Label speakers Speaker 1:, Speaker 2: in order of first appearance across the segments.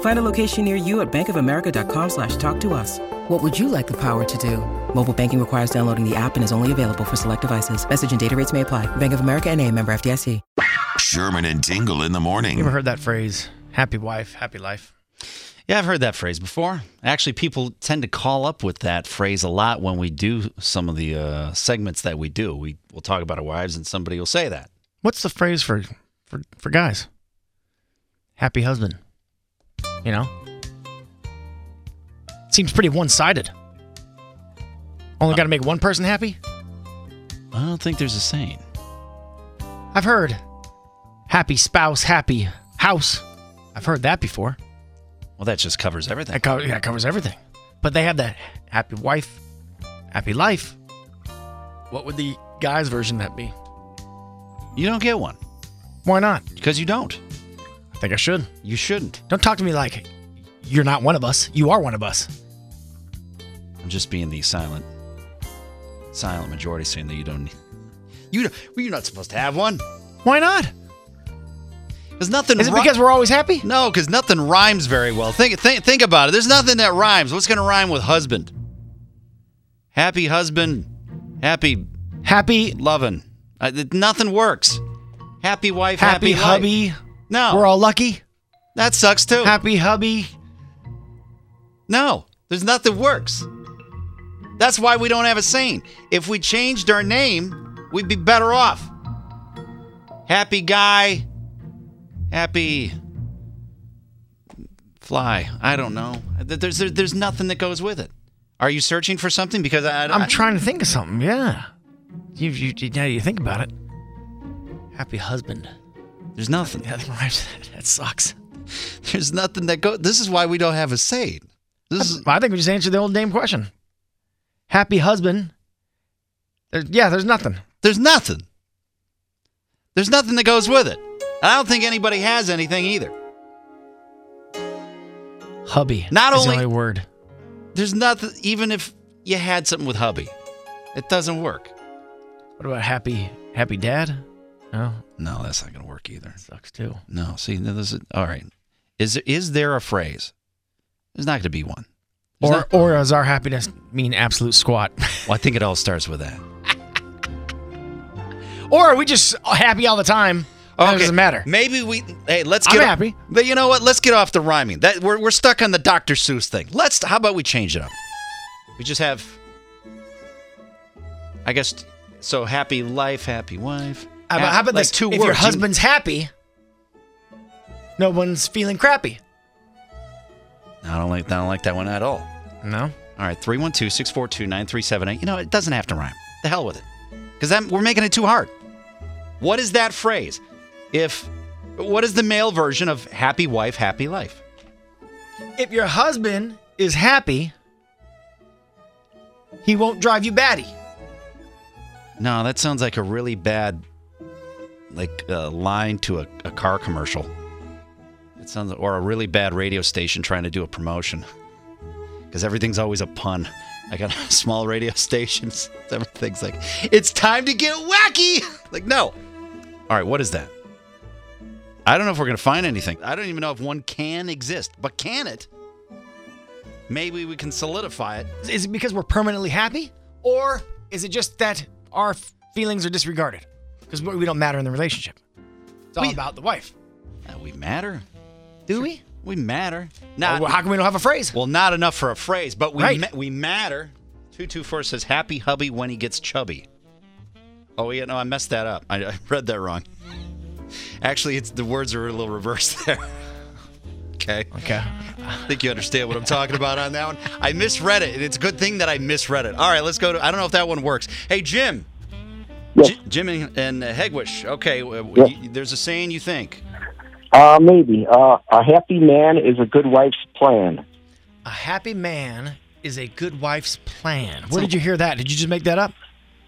Speaker 1: Find a location near you at bankofamerica.com slash talk to us. What would you like the power to do? Mobile banking requires downloading the app and is only available for select devices. Message and data rates may apply. Bank of America and a member FDIC.
Speaker 2: Sherman and Tingle in the morning.
Speaker 3: You ever heard that phrase? Happy wife, happy life.
Speaker 4: Yeah, I've heard that phrase before. Actually, people tend to call up with that phrase a lot when we do some of the uh, segments that we do. We will talk about our wives, and somebody will say that.
Speaker 3: What's the phrase for, for, for guys? Happy husband. You know? Seems pretty one sided. Only got to make one person happy?
Speaker 4: I don't think there's a saying.
Speaker 3: I've heard happy spouse, happy house. I've heard that before.
Speaker 4: Well, that just covers everything.
Speaker 3: That, co- that covers everything. But they have that happy wife, happy life. What would the guy's version of that be?
Speaker 4: You don't get one
Speaker 3: Why not?
Speaker 4: because you don't.
Speaker 3: I think I should.
Speaker 4: You shouldn't.
Speaker 3: Don't talk to me like you're not one of us. You are one of us.
Speaker 4: I'm just being the silent, silent majority saying that you don't. You don't, well, you're not supposed to have one.
Speaker 3: Why not?
Speaker 4: There's nothing.
Speaker 3: Is it
Speaker 4: ri-
Speaker 3: because we're always happy?
Speaker 4: No, because nothing rhymes very well. Think, think think about it. There's nothing that rhymes. What's going to rhyme with husband? Happy husband, happy
Speaker 3: Happy,
Speaker 4: loving. Uh, th- nothing works. Happy wife, happy,
Speaker 3: happy,
Speaker 4: life. Oh.
Speaker 3: hubby.
Speaker 4: No,
Speaker 3: We're all lucky.
Speaker 4: that sucks too.
Speaker 3: Happy hubby.
Speaker 4: no, there's nothing works. That's why we don't have a saying. If we changed our name, we'd be better off. Happy guy, happy fly. I don't know. Th- There's there- there's nothing that goes with it. Are you searching for something? Because I, I-
Speaker 3: I'm trying to think of something. Yeah. You, you, you, now you think about it. Happy husband.
Speaker 4: There's nothing.
Speaker 3: Yeah, that rhymes. That sucks.
Speaker 4: There's nothing that go. This is why we don't have a saying. This is
Speaker 3: I think we just answered the old damn question. Happy husband. There, yeah, there's nothing.
Speaker 4: There's nothing. There's nothing that goes with it. And I don't think anybody has anything either.
Speaker 3: Hubby.
Speaker 4: Not
Speaker 3: is
Speaker 4: only-
Speaker 3: the only word.
Speaker 4: There's nothing, even if you had something with hubby, it doesn't work.
Speaker 3: What about happy happy dad? No,
Speaker 4: No, that's not going to work either.
Speaker 3: sucks too.
Speaker 4: No, see, no, this is all right. Is there, is there a phrase? There's not going to be one. There's
Speaker 3: Or
Speaker 4: not-
Speaker 3: or does our happiness mean absolute squat?
Speaker 4: well, I think it all starts with that.
Speaker 3: or are we just happy all the time? It doesn't matter.
Speaker 4: Maybe we. Hey, let's
Speaker 3: I'm
Speaker 4: get.
Speaker 3: happy.
Speaker 4: But you know what? Let's get off the rhyming. That we're we're stuck on the Dr. Seuss thing. Let's. How about we change it up? We just have. I guess. So happy life, happy wife.
Speaker 3: How about, how about
Speaker 4: like
Speaker 3: this?
Speaker 4: Two
Speaker 3: if
Speaker 4: words.
Speaker 3: your
Speaker 4: you-
Speaker 3: husband's happy, no one's feeling crappy.
Speaker 4: I don't like. I don't like that one at all.
Speaker 3: No.
Speaker 4: All right, 312 642 9378. You know, it doesn't have to rhyme. The hell with it. Because we're making it too hard. What is that phrase? If. What is the male version of happy wife, happy life?
Speaker 3: If your husband is happy, he won't drive you batty.
Speaker 4: No, that sounds like a really bad, like, uh, line to a, a car commercial. It sounds, or a really bad radio station trying to do a promotion. Because everything's always a pun. I got small radio stations. Everything's like, it's time to get wacky. Like, no. All right, what is that? I don't know if we're going to find anything. I don't even know if one can exist, but can it? Maybe we can solidify it.
Speaker 3: Is it because we're permanently happy, or is it just that our f- feelings are disregarded because we we don't matter in the relationship? It's all
Speaker 4: We-
Speaker 3: about the wife.
Speaker 4: Uh, we matter.
Speaker 3: Do we?
Speaker 4: We matter.
Speaker 3: Nah,
Speaker 4: Not,
Speaker 3: Oh, well, how come we don't have a phrase?
Speaker 4: Well, not enough for a phrase, but we
Speaker 3: Right.
Speaker 4: ma- we matter. Two two four says happy hubby when he gets chubby. Oh yeah, no, I messed that up. I, I read that wrong. Actually, it's the words are a little reversed there. okay.
Speaker 3: Okay.
Speaker 4: I think you understand what I'm talking about on that one. I misread it. and It's a good thing that I misread it. All right, let's go to. I don't know if that one works. Hey, Jim.
Speaker 5: Yes.
Speaker 4: J- Jim and, and uh, Hegwish. Okay. uh,
Speaker 5: Yes.
Speaker 4: y- there's a saying you think.
Speaker 5: Uh, maybe. Uh, a happy man is a good wife's plan.
Speaker 3: A happy man is a good wife's plan. Where did you hear that? Did you just make that up?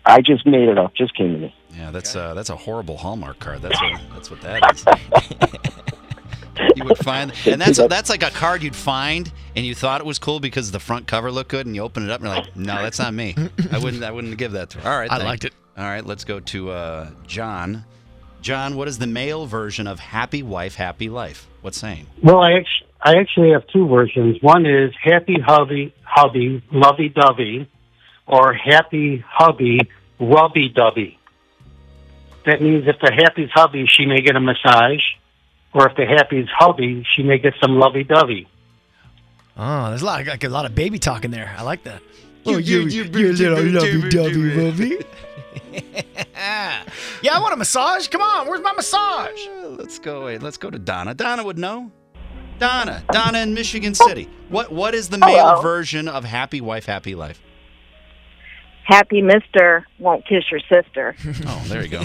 Speaker 5: I just made it up. Just came to me.
Speaker 4: Yeah, that's uh, that's a horrible Hallmark card. That's what that's what that is. you would find, and that's that's like a card you'd find, and you thought it was cool because the front cover looked good, and you open it up, and you're like, no, that's not me. I wouldn't I wouldn't give that to. Her. All right,
Speaker 3: I
Speaker 4: thank-
Speaker 3: liked it.
Speaker 4: All right, let's go to uh, John. John, what is the male version of happy wife, happy life? What's saying?
Speaker 6: Well, I actually, I actually have two versions. One is happy hubby, hubby, lovey dovey, or happy hubby, rubby dovey. That means if the happy's hubby, she may get a massage, or if the happy's hubby, she may get some lovey dovey.
Speaker 3: Oh, there's a lot of like a lot of baby talk in there. I like that.
Speaker 4: You- you- you- you- you- you- you- you-
Speaker 3: lovey. yeah, I want a massage. Come on, where's my massage?
Speaker 4: Uh, Let's go. Wait, let's go to Donna. Donna would know. Donna, Donna in Michigan City. What what is the male
Speaker 7: Hello.
Speaker 4: version of happy wife, happy life?
Speaker 7: Happy Mister won't kiss your sister.
Speaker 4: Oh, there you go.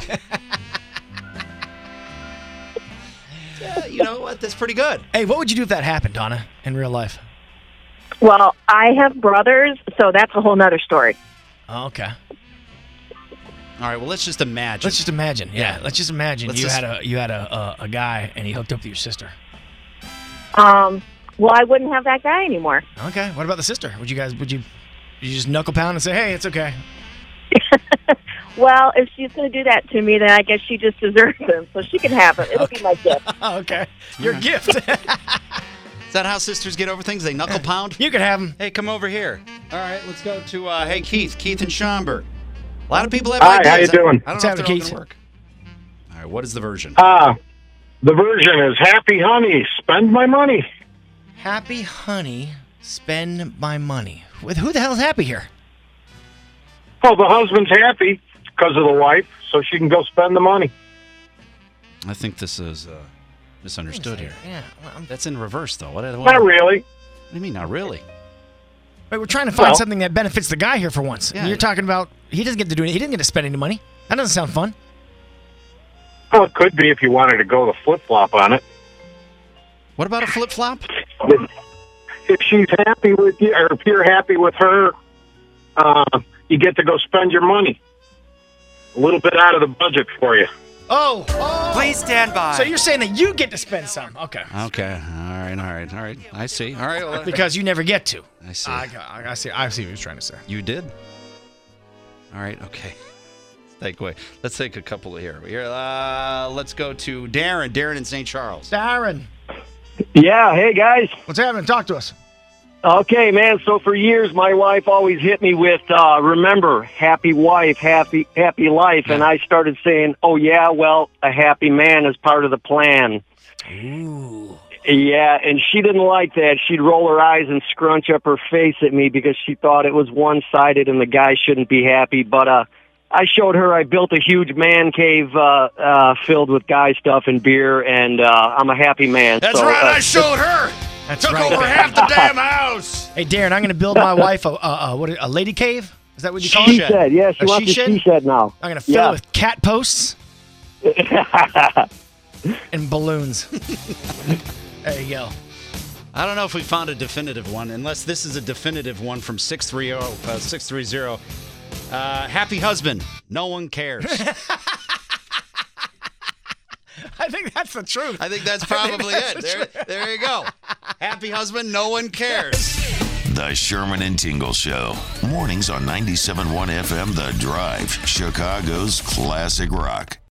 Speaker 4: yeah, you know what? That's pretty good.
Speaker 3: Hey, what would you do if that happened, Donna, in real life?
Speaker 7: Well, I have brothers, so that's a whole nother story.
Speaker 3: Oh, okay.
Speaker 4: All right. Well, let's just imagine.
Speaker 3: Let's just imagine. Yeah, let's just imagine
Speaker 4: Let's
Speaker 3: you
Speaker 4: just-
Speaker 3: had a you had a, a a guy and he hooked up with your sister.
Speaker 7: Um, well, I wouldn't have that guy anymore.
Speaker 3: Okay. What about the sister? Would you guys would you you just knuckle pound and say, "Hey, it's okay."
Speaker 7: Well, if she's going to do that to me, then I guess she just deserves him, so she can have it. It'll be my gift.
Speaker 3: Oh, okay. Your gift.
Speaker 4: is that how sisters get over things? They knuckle pound.
Speaker 3: you can have him.
Speaker 4: Hey, come over here. All right. Let's go to uh, Hey Keith. Keith and Schomburg. A lot of people have
Speaker 5: Hi,
Speaker 4: ideas.
Speaker 5: how you doing? Uh,
Speaker 4: I, I
Speaker 3: What's
Speaker 4: don't know if
Speaker 3: happening,
Speaker 4: they're all
Speaker 3: Keith?
Speaker 4: gonna work. All right. What is the version?
Speaker 6: Ah, the version is happy honey, spend my money.
Speaker 3: Happy honey, spend my money. With who the hell's happy here?
Speaker 6: Well, the husband's happy because of the wife, so she can go spend the money.
Speaker 4: I think this is uh, misunderstood here.
Speaker 3: Yeah. Well, I'm-
Speaker 4: That's in reverse, though. What, what,
Speaker 6: Not
Speaker 4: what
Speaker 6: really.
Speaker 4: do you mean? Not really.
Speaker 3: Wait, we're trying to find
Speaker 6: Well-
Speaker 3: something that benefits the guy here for once.
Speaker 4: Yeah.
Speaker 3: You're talking about he doesn't get to do it. He didn't get to spend any money. That doesn't sound fun.
Speaker 6: Well, it could be if you wanted to go the flip flop on it.
Speaker 4: What about a flip flop?
Speaker 6: if she's happy with you, or if you're happy with her, uh, you get to go spend your money. A little bit out of the budget for you.
Speaker 3: Oh. oh.
Speaker 8: Please stand by.
Speaker 3: So you're saying that you get to spend some? Okay.
Speaker 4: Okay. All right. All right. All right. I see. All right. well,
Speaker 3: Because you never get to.
Speaker 4: I see.
Speaker 3: I, I, I see. I see what you're trying to say.
Speaker 4: You did. All right. Okay. Let's take away. Let's take a couple here. Here. Uh, let's go to Darren. Darren in St. Charles.
Speaker 3: Darren,
Speaker 6: Yeah. Hey, guys.
Speaker 3: what's happening? Talk to us.
Speaker 6: Okay, man. So for years, my wife always hit me with, uh, "Remember, happy wife, happy happy life," and I started saying, "Oh yeah, well, a happy man is part of the plan."
Speaker 3: Ooh.
Speaker 6: Yeah, and she didn't like that. She'd roll her eyes and scrunch up her face at me because she thought it was one-sided and the guy shouldn't be happy. But uh, I showed her I built a huge man cave uh, uh, filled with guy stuff and beer, and uh, I'm a happy man. so, uh,
Speaker 4: showed her.
Speaker 3: That's right.
Speaker 4: the damn house.
Speaker 3: Hey, Darren, I'm going to build my wife a, a, a, what, a lady cave. Is that what you call
Speaker 6: She
Speaker 3: it?
Speaker 6: said, yeah, she
Speaker 3: A
Speaker 6: wants
Speaker 3: she
Speaker 6: a she said now.
Speaker 3: I'm going to fill
Speaker 6: Yeah.
Speaker 3: it with cat posts and balloons. there you go.
Speaker 4: I don't know if we found a definitive one, unless this is a definitive one from 630. Uh, 630. Uh, happy husband. No one cares.
Speaker 3: I think that's the truth.
Speaker 4: I think that's probably it. There, there you go. Happy husband. No one cares.
Speaker 2: The Sherman and Tingle Show. Mornings on 97.1 FM The Drive, Chicago's classic rock.